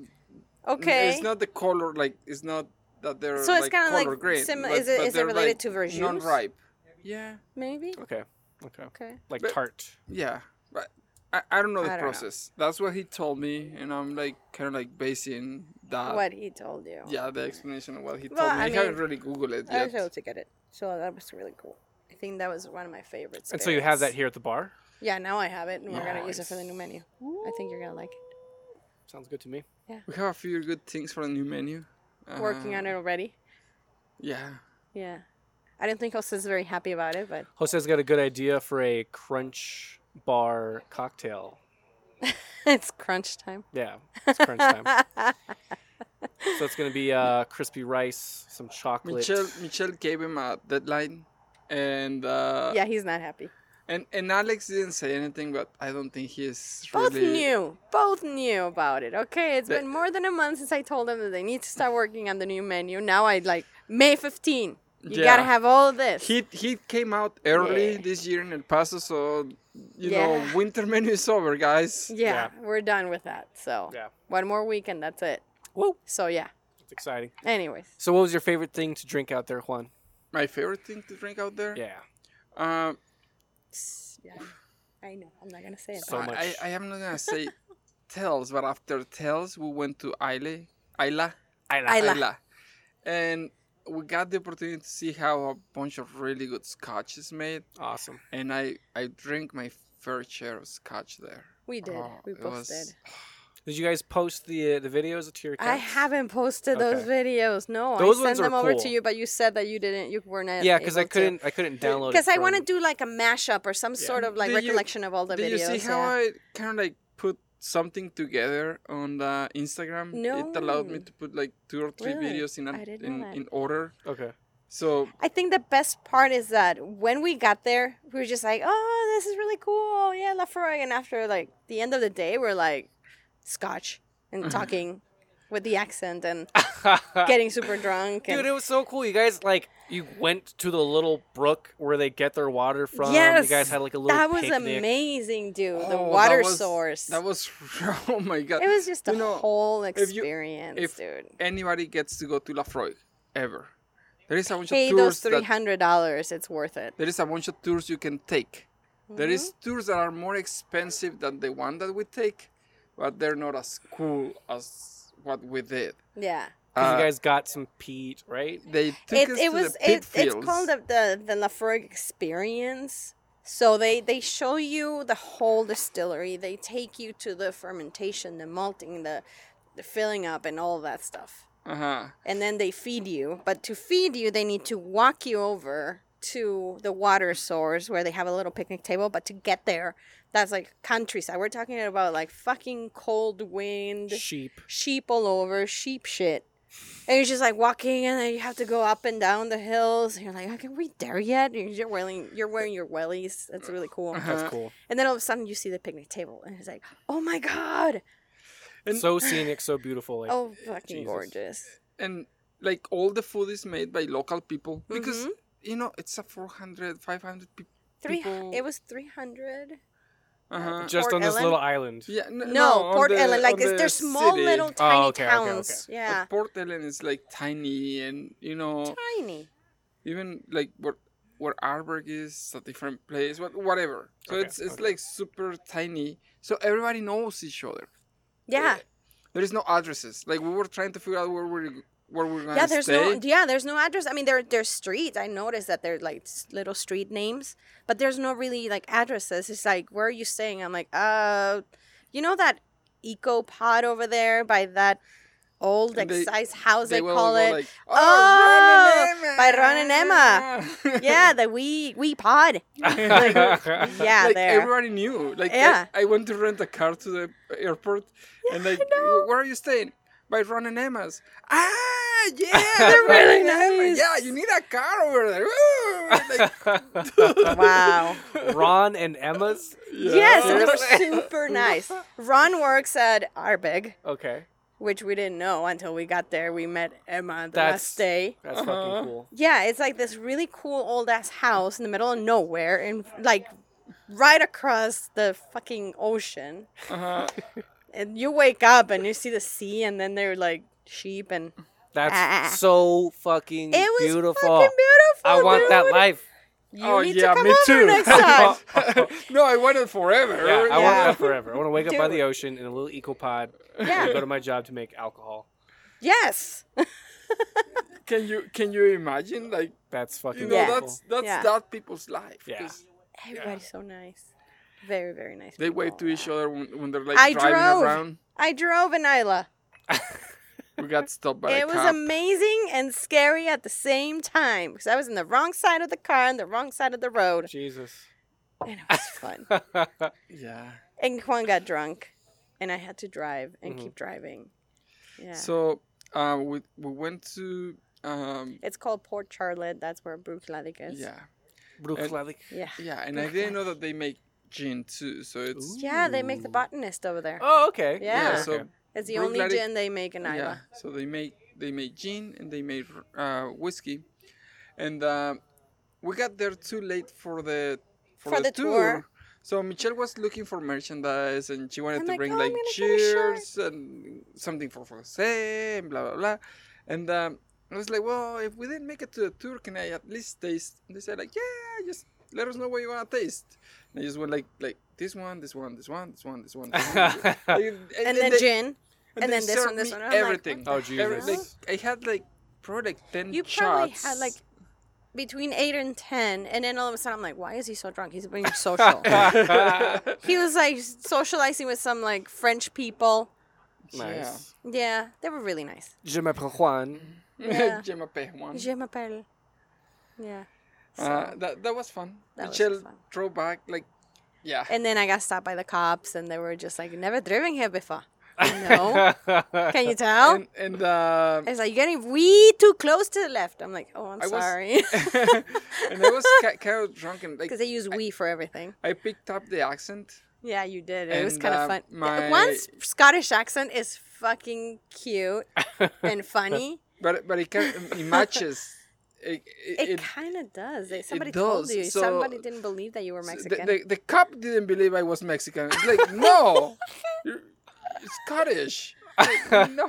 S2: okay.
S3: It's not the color, like it's not that they're
S2: so it's
S3: like,
S2: kind of
S3: color
S2: like
S3: green.
S2: sim-
S3: but-
S2: is it
S3: but
S2: is it
S3: they're,
S2: related
S3: like,
S2: to verjuice?
S3: Non-ripe. Uh, Yeah,
S2: Maybe.
S1: Okay. Okay.
S2: Okay.
S1: Like
S3: But-
S1: tart.
S3: yeah. But I, I don't know the
S2: I don't know.
S3: process. That's what he told me, and I'm like kind of like basing that.
S2: what he told you.
S3: Yeah, the explanation of what he told
S2: Well,
S3: me.
S2: I
S3: I, haven't
S2: mean,
S3: really googled it
S2: I
S3: yet.
S2: was able to get it. So that was really cool. I think that was one of my favorites.
S1: And so you have that here at the bar.
S2: Yeah, now I have it, and we're gonna use it
S1: Nice.
S2: for the new menu. I think you're gonna like it.
S1: Sounds good to me.
S3: We have a few good things for the new menu.
S1: Uh-huh.
S2: Working on
S3: Uh,
S2: it already.
S3: Yeah.
S2: Yeah, I don't think Jose's very happy about it, but
S1: Jose's got a good idea for a crunch bar cocktail.
S2: it's crunch time.
S1: Yeah, it's crunch time. Uh, So it's gonna be uh, crispy rice, some chocolate.
S3: Michelle Michelle gave him a deadline, and uh,
S2: yeah, he's not happy.
S3: and and Alex didn't say anything, but I don't think he's
S2: Both
S3: really
S2: knew. Both knew about it. Okay, it's
S3: The-
S2: been more than a month since I told them that they need to start working on the new menu. Now I like May 15. You gotta
S3: Yeah.
S2: have all of this.
S3: He he came out early
S2: Yeah.
S3: this year in El Paso, so you
S2: Yeah.
S3: know winter menu is over, guys.
S2: yeah,
S1: Yeah.
S2: we're done with that. So
S1: Yeah.
S2: one more week and that's it.
S1: Woo!
S2: So yeah.
S1: It's exciting.
S2: Anyways,
S1: So what was your favorite thing to drink out there, Juan?
S3: My favorite thing to drink out there.
S1: Yeah.
S3: Uh,
S2: S- yeah, I know. I'm not gonna say it.
S1: So
S3: I,
S1: much.
S3: I, I am not gonna say Tells, but after Tells, we went to Isla, Isla,
S1: I
S2: I Isla.
S3: Isla, and we got the opportunity to see how a bunch of really good scotch is made.
S1: Awesome.
S3: And I I drink my fair share of scotch there.
S2: We did.
S3: Oh,
S2: we
S3: it
S2: both
S3: was-
S2: did.
S1: Did you guys post the uh, the videos to your? Cats?
S2: I haven't posted those
S1: Okay.
S2: videos. No,
S1: Those
S2: I
S1: ones
S2: sent them
S1: are
S2: over to
S1: cool.
S2: you, but you said that you didn't. You were not.
S1: Yeah, because I
S2: able to.
S1: couldn't. I couldn't download.
S2: Because
S1: it
S2: I want to
S1: from-
S2: do like a mashup or some
S1: Yeah.
S2: sort of like
S3: Did you-
S2: recollection of all the
S3: Did you
S2: videos.
S3: see how
S2: yeah.
S3: I kind of like put something together on the Instagram? It allowed
S2: No.
S3: me to put like two or three
S2: Really?
S3: videos in, an,
S2: I didn't know
S3: in,
S2: that.
S3: in order.
S1: Okay.
S3: So
S2: I think the best part is that when we got there, we were just like, "Oh, this is really cool, yeah, Lafroy." And after like the end of the day, we're like, Scotch
S1: Mm-hmm.
S2: and talking with the accent and getting super drunk. And
S1: Dude, it was so cool. You guys like you went to the little brook where they get their water from.
S2: Yes,
S1: you guys had like a little.
S2: that was
S1: picnic.
S2: amazing, dude.
S3: Oh,
S2: the
S3: that
S2: water
S3: was-
S2: source.
S3: that was oh my god.
S2: it was just a
S3: You know,
S2: whole
S3: if you-
S2: experience,
S3: if-
S2: dude.
S3: Anybody gets to go to Lafroy ever. There is a bunch
S2: Pay
S3: of
S2: those
S3: tours
S2: three
S3: that,
S2: hundred dollars; it's worth it.
S3: there is a bunch of tours you can take. There
S2: Mhm.
S3: is tours that are more expensive than the one that we take, but they're not as cool as what we did.
S2: Mm-hmm. yeah.
S1: 'Cause
S3: Uh,
S1: you guys got some peat, right?
S3: they took
S2: it,
S3: us
S2: it
S3: to
S2: was
S3: the pig
S2: it,
S3: fields.
S2: it's called the the, the Lafargue experience. So they they show you the whole distillery. They take you to the fermentation, the malting, the the filling up, and all that stuff.
S3: uh-huh.
S2: And then they feed you. But to feed you, they need to walk you over to the water source where they have a little picnic table. But to get there, that's like countryside. We're talking about like fucking cold wind
S1: Sheep.
S2: sheep all over, sheep shit. And you're just like walking, and then you have to go up and down the hills. And you're like, "Are we there yet?" And you're wearing you're wearing your wellies. That's really cool.
S3: Uh-huh.
S1: That's cool.
S2: And then all of a sudden, you see the picnic table, and it's like, "Oh my god!
S3: And-
S1: so scenic, so beautiful. Like,
S2: Oh fucking
S1: Jesus.
S2: gorgeous!"
S3: and like all the food is made by local people because
S2: Mm-hmm.
S3: you know it's a 400 500 people
S2: Three.
S3: People-
S2: It was three hundred.
S3: uh-huh.
S1: just
S2: Port
S1: on this
S2: Ellen?
S1: little island.
S3: yeah n-
S2: No,
S3: on
S2: Port
S3: the-
S2: Ellen. Like
S3: on
S2: it's,
S3: the
S2: they're small
S3: city.
S2: little tiny
S1: Oh, okay, okay, okay.
S2: towns.
S3: But
S2: Yeah,
S3: port ellen is like tiny and you know
S2: tiny.
S3: even like where where arberg is a different place what whatever so
S1: Okay,
S3: it's it's
S1: okay.
S3: like super tiny so everybody knows each other
S2: Yeah,
S3: there is no addresses like we were trying to figure out where we're where we're gonna
S2: yeah. There's
S3: stay
S2: no. Yeah, there's no address. I mean, there there's streets. I noticed that there's like s- little street names, but there's no really like addresses. It's like where are you staying? I'm like, uh, you know that eco pod over there by that old
S3: And they-
S2: excise house
S3: they
S2: they,
S3: will
S2: call
S3: go
S2: it.
S3: like,
S2: "Oh,
S3: Ron and Emma!"
S2: by Ron and Emma. yeah, the wee wee pod. Yeah,
S3: like
S2: there.
S3: everybody knew. Like I-
S2: Yeah.
S3: I, went to rent a car to the airport, and like, where are you staying? By Ron and Emma's. Ah, yeah,
S1: They're
S3: Ron
S2: really
S3: and Emma's.
S2: nice.
S3: Yeah, you need a car over there. Ooh, like,
S2: Wow.
S1: Ron and Emma's.
S2: Yes, and they
S1: Seriously?
S2: were super nice. Ron works at Arbeg,
S1: Okay,
S2: which we didn't know until we got there. We met Emma the
S1: That's-
S2: last day.
S1: that's
S3: Uh-huh.
S1: fucking cool.
S2: Yeah, it's like this really cool old ass house in the middle of nowhere and like right across the fucking ocean.
S3: uh-huh.
S2: And you wake up and you see the sea and then they're like sheep and
S1: That's
S2: Ah.
S1: so fucking
S2: it was
S1: beautiful.
S2: fucking beautiful.
S1: I want
S2: dude.
S1: that life.
S2: You
S3: Oh,
S2: need
S3: yeah,
S2: to come
S3: me
S2: over
S3: too.
S2: next time.
S3: no, I want it forever.
S1: Yeah, I want
S2: Yeah.
S1: that forever. I want to wake up by
S2: Dude.
S1: the ocean in a little eco pod. and
S2: yeah.
S1: Go to my job to make alcohol.
S2: Yes.
S3: Can you can you imagine? Like
S1: That's fucking.
S3: you know,
S2: Yeah.
S1: beautiful.
S3: that's that's
S2: Yeah.
S3: that people's life.
S1: Yeah.
S3: 'cause
S2: Everybody's so nice. Very, very nice.
S3: They
S2: people.
S3: wave to each other when, when they're like
S2: I
S3: driving
S2: drove.
S3: around.
S2: I drove in Isla.
S3: We got stopped by a
S2: it was
S3: cop.
S2: amazing and scary at the same time because I was in the wrong side of the car and the wrong side of the road.
S1: Jesus.
S2: And it was fun.
S3: yeah.
S2: and Juan got drunk and I had to drive and
S1: Mhm.
S2: keep driving. Yeah.
S3: Mm-hmm. So uh, we we went to um,
S2: it's called Port Charlotte. That's where Bruchladig is.
S3: yeah
S1: Brooklyn.
S2: Yeah.
S3: yeah, and I didn't know that they make gin too. So it's
S2: Yeah, they make the
S1: Ooh.
S2: botanist over there.
S1: Oh, okay.
S2: Yeah.
S3: so
S1: okay.
S2: it's the only
S3: Bruichladdich-
S2: gin they make in Isla.
S3: yeah, so they make they make gin and they made uh, whiskey, and uh, we got there too late for the for,
S2: For the tour.
S3: So Michelle was looking for merchandise, and she wanted
S2: I'm
S3: to
S2: like,
S3: bring
S2: "Oh, I'm
S3: like
S2: gonna get a shirt."
S3: shirts and something for Jose and blah blah blah, and um, I was like, well, if we didn't make it to the tour, can I at least taste? And they said like, yeah, just let us know what you wanna taste. And I just went like like this one, this one, this one, this one, this one. This one. Like, and,
S2: And, then
S3: they-
S2: gin. and
S3: they
S2: then this one,
S3: served
S2: this
S3: me
S2: one, and I'm like,
S3: Everything.
S1: Oh,
S3: Every-
S1: Jesus.
S3: like, I had like probably like ten
S2: You
S3: shots.
S2: probably had like between eight and ten, and then all of a sudden I'm like, why is he so drunk? He's being social. he was like socializing with some like French people.
S1: Nice.
S2: Yeah, they were really nice.
S1: Je m'appelle Juan.
S2: Yeah.
S3: Je m'appelle Juan.
S2: Je m'appelle. Yeah.
S3: Uh, that, that was fun.
S2: That was
S3: Michelle
S2: fun.
S3: drove back, like, yeah.
S2: And then I got stopped by the cops, and they were just like, "Never driven here before." No, can you tell?
S3: And, and uh,
S2: It's like you're getting way too close to the left. I'm like, oh, I'm
S3: I was-
S2: sorry,
S3: and I was ki- kind of drunk and like
S2: because they use "we" for everything.
S3: I picked up the accent.
S2: Yeah, you did. It was
S3: And,
S2: kind
S3: uh,
S2: of fun.
S3: my-
S2: One's Scottish accent is fucking cute and funny.
S3: But but it kind of, it matches. It, it,
S2: It,
S3: it,
S2: kind of does. They,
S3: it
S2: somebody told
S3: does.
S2: you.
S3: So-
S2: somebody didn't believe that you were
S3: so the-
S2: Mexican.
S3: The, the, cop didn't believe I was Mexican. It's like no, you're you're Scottish. Like, no.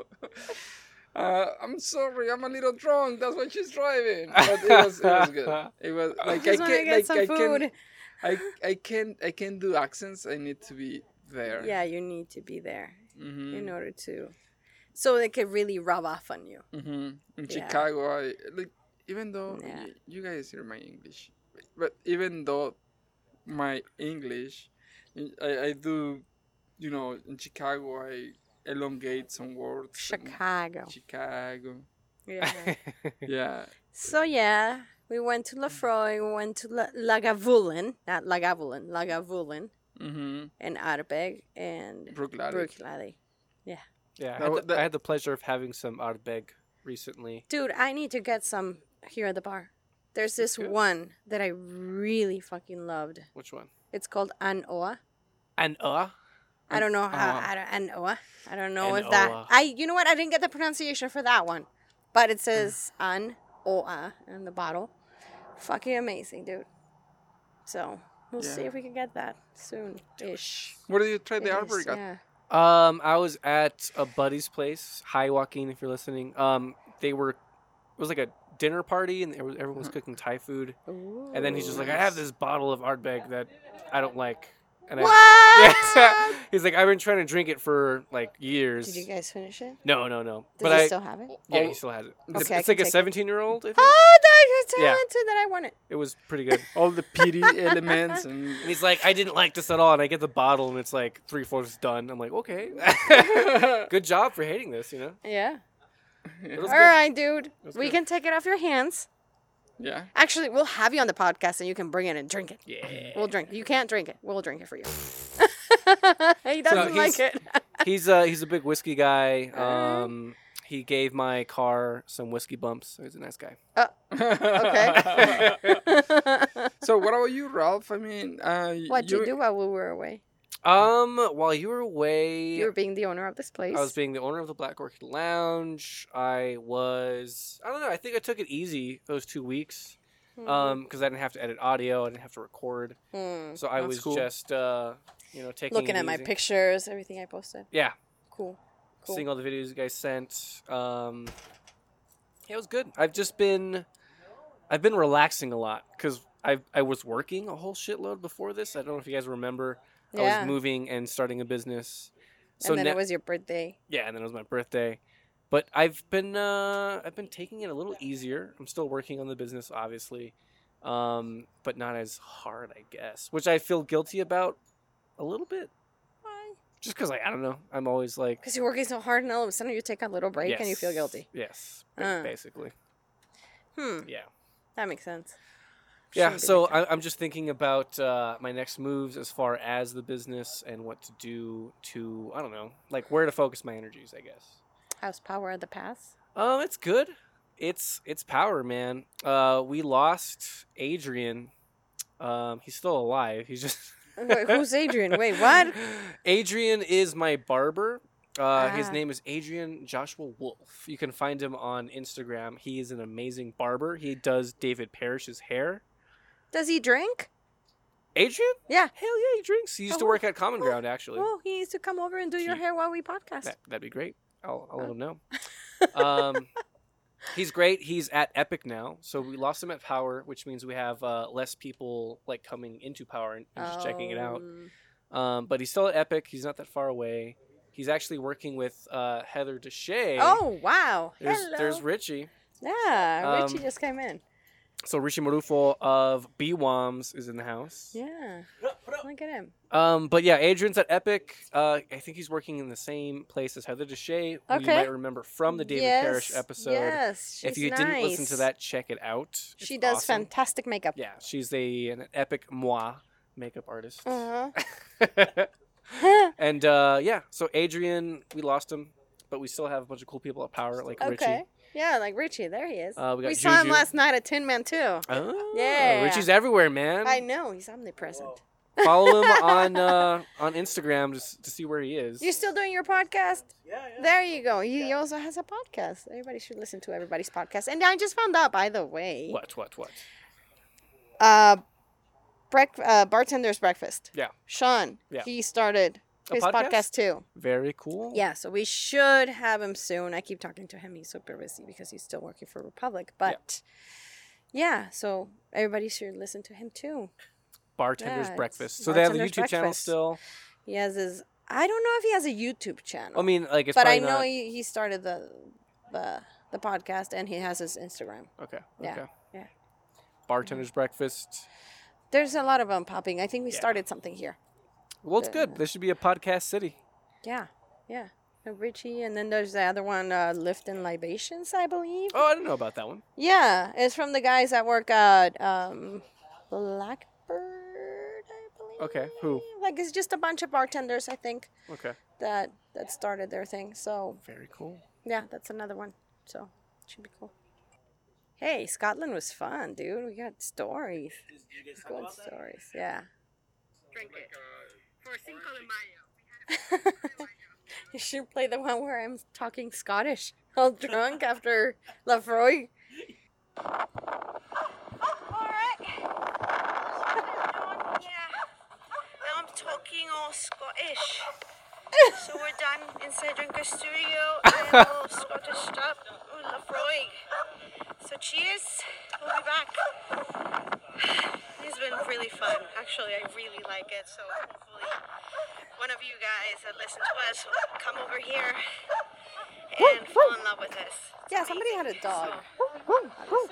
S3: Uh, I'm sorry, I'm a little drunk. That's why she's driving. But it was, it was good. It was like I
S2: Just wanna
S3: can't
S2: get
S3: like
S2: some
S3: I
S2: food.
S3: can I I can't I can't do accents. I need to be there.
S2: Yeah, you need to be there
S3: Mm-hmm.
S2: in order to, so they could really rub off on you.
S3: hmm In
S2: Yeah.
S3: Chicago, I like even though
S2: Yeah.
S3: y- you guys hear my English, but even though my English, I, I do, you know, in Chicago I elongate some words. and-
S2: Chicago.
S3: Chicago.
S2: Yeah.
S3: Yeah.
S2: so yeah, we went to Lafroy. We went to La- Lagavulin, not Lagavulin, Lagavulin,
S3: Mm-hmm.
S2: and Arbeg and
S3: Brooklyn.
S2: Brooklyn.
S1: yeah, I
S3: That
S1: had,
S3: wa-
S1: the,
S3: that-
S1: I had the pleasure of having some Ardbeg recently.
S2: Dude, I need to get some here at the bar. There's this
S3: Okay.
S2: one that I really fucking loved.
S1: Which one?
S2: It's called Anoa.
S1: An uh?
S2: I don't know how
S1: Um,
S3: Anoa.
S2: I don't, Anoa. I don't know if that
S1: Anoa.
S2: I you know what I didn't get the pronunciation for that one. But it says Anoa in the bottle. Fucking amazing, dude. So we'll
S3: Yeah.
S2: see if we can get that soon ish.
S3: Where do you try the Arborg at?
S2: yeah.
S1: Um, I was at a buddy's place. Hi, Joaquin, if you're listening. Um, they were, it was like a dinner party, and everyone everyone
S2: Mm-hmm.
S1: was cooking Thai food. And then he's just like, I have this bottle of Ardbeg that I don't like. And I,
S2: What?
S1: Yeah. he's like, I've been trying to drink it for like years.
S2: Did you guys finish it?
S1: no, no, no.
S2: Does
S1: but
S2: it
S1: I,
S2: still have it?
S1: yeah,
S3: Oh,
S1: he still has it. It's,
S2: Okay, I
S1: it's
S2: can
S1: like a
S2: take it.
S1: 17 year old. It
S2: Oh, that you're
S1: Yeah.
S2: talented that I want it.
S1: was pretty good.
S3: All the pity elements and
S1: And he's like, I didn't like this at all. And I get the bottle, and it's like three fourths done. I'm like, okay, good job for hating this, you know.
S2: Yeah.
S1: It
S2: All
S1: was good.
S2: right, dude.
S1: That's
S2: We
S1: good.
S2: can take it off your hands.
S3: yeah.
S2: Actually, we'll have you on the podcast and you can bring it and drink it.
S1: Yeah.
S2: We'll drink. You can't drink it. We'll drink it for you. he
S1: So
S2: doesn't
S1: he's-
S2: like it.
S1: he's uh he's a big whiskey guy.
S2: Alright.
S1: Um, he gave my car some whiskey bumps. So he's a nice guy.
S3: okay.
S2: okay.
S3: so what about you, Ralph? I mean, uh,
S2: What'd you, do while we were away?
S1: Um, while you were away,
S2: You were being the owner of this place.
S1: I was being the owner of the Black Orchid Lounge. I was I don't know. I think I took it easy those two weeks.
S2: Mhm.
S1: Um, because I didn't have to edit audio. I didn't have to record.
S2: Mm.
S1: So I
S3: That's
S1: was
S3: cool.
S1: just uh, you know, taking
S2: looking
S1: it
S2: at my
S1: easy.
S2: pictures, everything I posted.
S1: Yeah,
S2: Cool. Cool.
S1: seeing all the videos you guys sent. Um, yeah, it was good. I've just been, I've been relaxing a lot because I I was working a whole shitload before this. I don't know if you guys remember. I
S2: yeah.
S1: was moving and starting a business. So
S2: and then
S1: now-
S2: it was your birthday.
S1: yeah, and then it was my birthday. But I've been uh, I've been taking it a little easier. I'm still working on the business, obviously, um, but not as hard, I guess. Which I feel guilty about a little bit, just because like I don't know. I'm always like
S2: Because you're working so hard and all of a sudden you take a little break and you feel guilty.
S1: Yes,
S2: Uh.
S1: basically.
S2: Hmm.
S1: Yeah.
S2: That makes sense.
S1: Yeah.
S2: Shouldn't be
S1: So
S2: like that.
S1: I, I'm just thinking about uh, my next moves as far as the business and what to do to I don't know, like where to focus my energies. I guess.
S2: House power of the pass.
S1: Um, it's good. It's it's power, man. Uh, we lost Adrian. Um, he's still alive. He's just.
S2: Wait, who's Adrian? Wait, what?
S1: Adrian is my barber. Uh, His
S2: Ah.
S1: name is Adrian Joshua Wolf. You can find him on Instagram. He is an amazing barber. He does David Parrish's hair.
S2: Does he drink?
S1: Adrian?
S2: Yeah.
S1: Hell yeah, he drinks. He used to
S2: Oh,
S1: work at Common
S2: oh,
S1: Ground, actually.
S2: Oh, he needs to come over and do your
S1: He-
S2: hair while we podcast.
S1: That, that'd be great. I'll, I'll let him know. Um, he's great. He's at Epic now. So we lost him at Power, which means we have uh, less people like coming into Power and, and just checking it out.
S2: Um,
S1: Um, but he's still at Epic. He's not that far away. He's actually working with uh, Heather Deshay.
S2: Oh wow!
S1: there's,
S2: Hello.
S1: there's Richie.
S2: Yeah, Richie
S1: Um,
S2: just came in.
S1: So Rishi Marufo of BWAMS is in the house.
S2: Yeah, look at him.
S1: Um, but yeah, Adrian's at Epic. Uh, I think he's working in the same place as Heather Deshay, who you
S2: Okay.
S1: might remember from the David
S2: Yes,
S1: Parrish episode.
S2: Yes,
S1: if
S2: she's
S1: you didn't listen
S2: nice.
S1: to that, check it out. It's
S2: she does
S1: awesome.
S2: fantastic makeup.
S1: Yeah, she's a an epic moi makeup artist.
S2: Uh huh.
S1: and uh, yeah, so Adrian, we lost him, but we still have a bunch of cool people at Power, like
S2: okay.
S1: Richie.
S2: Yeah, like Richie. There he is.
S1: Uh, we
S2: we
S1: got
S2: saw him
S1: Juju.
S2: last night at Tin Man too.
S1: Oh,
S2: Yeah.
S1: Richie's everywhere, man.
S2: I know he's omnipresent.
S1: Follow him on uh, on Instagram to, s- to see where he is.
S2: You're still doing your podcast?
S4: Yeah, yeah.
S2: There you go. He also has a podcast. Everybody should listen to everybody's podcast. And I just found out, by the way,
S1: what? What? What?
S2: uh, break uh, bartender's breakfast.
S1: Yeah.
S2: Sean.
S1: Yeah.
S2: He started
S1: A
S2: his
S1: podcast?
S2: podcast? too.
S1: Very cool.
S2: Yeah, so we should have him soon. I keep talking to him. He's super busy because he's still working for Republic. But yeah, so everybody should listen to him too.
S1: Bartender's
S2: Yeah, it's
S1: Breakfast. So they have the YouTube
S2: Bartender's
S1: channel
S2: Breakfast.
S1: still.
S2: He has his. I don't know if he has a YouTube channel.
S1: I mean, like it's
S2: but
S1: probably
S2: I know
S1: not-
S2: he, he started the, the the podcast and he has his Instagram.
S1: Okay.
S2: Yeah,
S1: Okay.
S2: yeah. Mm-hmm.
S1: Bartender's Breakfast.
S2: There's a lot of them popping. I think we
S1: Yeah.
S2: started something here.
S1: Well, it's
S2: Uh,
S1: good. This should be a podcast city.
S2: Yeah, yeah. Uh, Richie, and then there's the other one, uh, Lift and Libations, I believe.
S1: Oh, I didn't know about that one.
S2: Yeah, it's from the guys that work at um, Blackbird, I believe.
S1: Okay, who?
S2: Like it's just a bunch of bartenders, I think,
S1: Okay.
S2: that that started their thing. So
S1: Very cool.
S2: yeah, that's another one. So it should be cool. Hey, Scotland was fun, dude. We got stories,
S4: Did you guys talk
S2: good
S4: about that?
S2: stories. Yeah.
S5: drink it for Cinco de Mayo.
S2: you should play the one where I'm talking Scottish, all drunk after Lafroy.
S5: All right. Yeah. Now I'm talking all Scottish. so we're done inside Drinker Studio and all Scottish stuff. Ooh, Lafroig. So cheers. We'll be back. It's been really fun. Actually, I really like it. So hopefully, one of you guys that listen to us will come over here and fall in love with us.
S2: Yeah, somebody had a dog.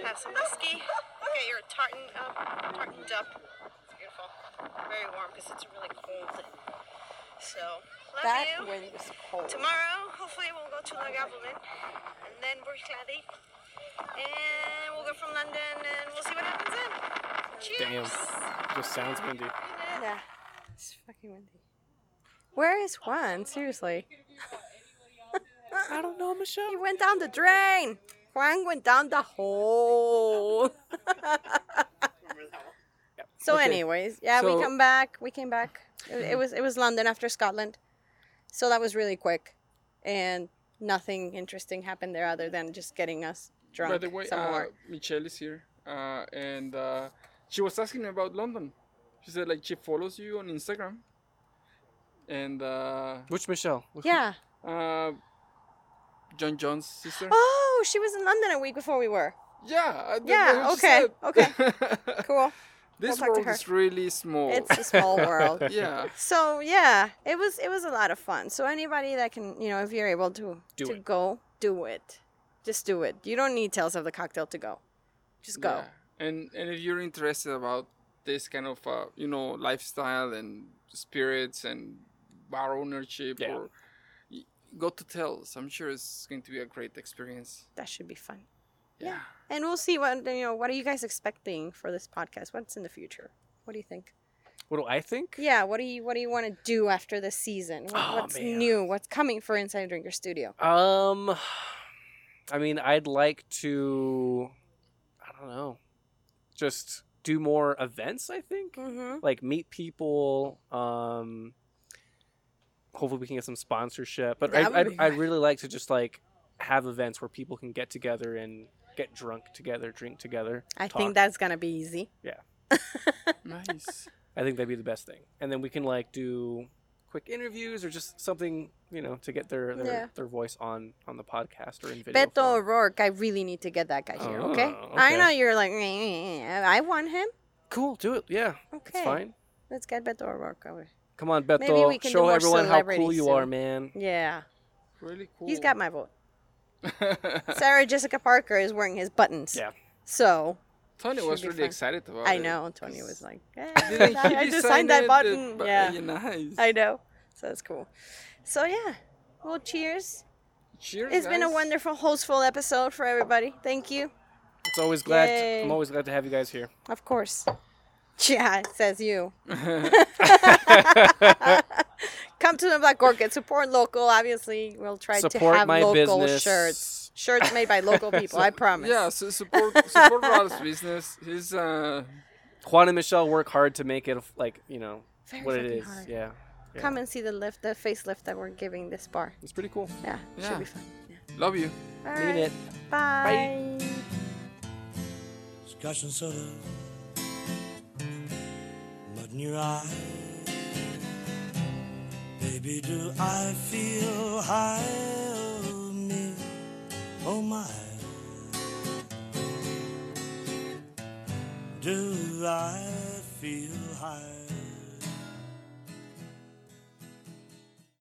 S5: Have some whiskey. Okay, your tartan up, tartaned up. It's beautiful. Very warm because it's really cold. So love
S2: That
S5: you.
S2: wind was cold.
S5: Tomorrow, hopefully, we'll go to Lagavulin and then Burkladi, and we'll go from London and we'll see what happens then.
S1: Damn.
S5: Cheers.
S1: Just sounds windy.
S2: Yeah, it's fucking windy. Where is Juan? Seriously,
S1: I don't know, Michelle.
S2: he went down the drain. Juan went down the hole.
S4: Remember that one?
S2: so,
S1: Okay.
S2: anyways, yeah,
S1: So-
S2: we come back. We came back. It, it was it was London after Scotland, so that was really quick, and nothing interesting happened there other than just getting us drunk
S3: By the way,
S2: some
S3: uh,
S2: more.
S3: Michelle is here, uh, and uh, she was asking me about London. She said like she follows you on Instagram, and uh,
S1: Which Michelle? Which-
S2: Yeah.
S3: uh, John John's sister.
S2: Oh, she was in London a week before we were.
S3: Yeah. I- that's
S2: Yeah,
S3: what she
S2: okay,
S3: said.
S2: Cool. I'll
S3: this
S2: talk to
S3: world
S2: her.
S3: is really
S1: Oh.
S3: small.
S2: It's a small world.
S3: yeah.
S2: So yeah, it was it was a lot of fun. So anybody that can, you know, if you're able to
S1: Do
S2: to
S1: it.
S2: go, do it. Just do it. You don't need tales of the cocktail to go. Just go.
S3: Yeah. And and if you're interested about this kind of uh, you know lifestyle and spirits and bar ownership,
S1: Yeah.
S3: or y- go to Tells. I'm sure it's going to be a great experience.
S2: That should be fun.
S3: Yeah.
S2: Yeah. And we'll see what you know. What are you guys expecting for this podcast? What's in the future? What do you think?
S1: What do I think?
S2: Yeah. What do you What do you want to do after this season? What,
S1: Oh,
S2: what's
S1: man.
S2: new? What's coming for Inside Drinker Studio?
S1: Um, I mean, I'd like to. I don't know. Just do more events. I think.
S2: Mm-hmm.
S1: like meet people um hopefully we can get some sponsorship but
S2: That
S1: I,
S2: would
S1: I'd,
S2: be
S1: I'd really like to just like have events where people can get together and get drunk together drink together
S2: I
S1: talk.
S2: think that's gonna be easy.
S3: nice.
S1: i think that'd be the best thing and then we can like do quick interviews or just something you know to get their their,
S2: Yeah.
S1: their voice on on the podcast or in video
S2: Beto
S1: form.
S2: O'Rourke, I really need to get that guy here.
S1: Oh,
S2: okay?
S1: okay.
S2: I know you're like, I want him.
S1: cool do it yeah
S2: Okay.
S1: it's fine
S2: Let's get Beto O'Rourke over.
S1: come on
S2: Maybe we
S1: beto
S2: can do
S1: show
S2: more
S1: everyone how cool
S2: celebrities
S1: you
S2: soon.
S1: are man
S2: Yeah.
S3: Really cool.
S2: He's got my vote. Sarah Jessica Parker is wearing his buttons.
S1: Yeah.
S2: So
S3: Tony
S2: Should
S3: was
S2: be
S3: really
S2: fun.
S3: excited about it.
S2: I know Tony was like, eh,
S3: Oh, Didn't he
S2: I just
S3: design
S2: signed
S3: it?
S2: that
S3: It-
S2: button.
S3: but- uh,
S2: yeah.
S3: nice.
S2: I know. So that's cool. So yeah. Well, cheers.
S3: Cheers,
S2: It's been a
S3: guys.
S2: wonderful, hostful episode for everybody. Thank you.
S1: It's always glad.
S2: Yay.
S1: I'm always glad to have you guys here.
S2: Of course. Yeah, it says you. Come to the Black Orchid. Support local. Obviously, we'll try
S1: Support
S2: to have
S1: my
S2: local
S1: business.
S2: shirts. Shirts made by local people. I promise.
S3: Yeah, so support support Ralph's business. He's uh
S1: Juan and Michelle work hard to make it like you know
S2: Very
S1: what it
S2: fucking
S1: is.
S2: hard.
S1: Yeah, yeah.
S2: Come and see the lift, the facelift that we're giving this bar.
S1: it's pretty cool.
S2: Yeah,
S3: Yeah.
S2: should be fun. Yeah.
S3: love you.
S2: All
S1: Mean
S2: right.
S1: it.
S2: Bye.
S6: Scotch and soda, mud in your eye. Baby, do I feel high? Oh me, oh my. Do I feel high?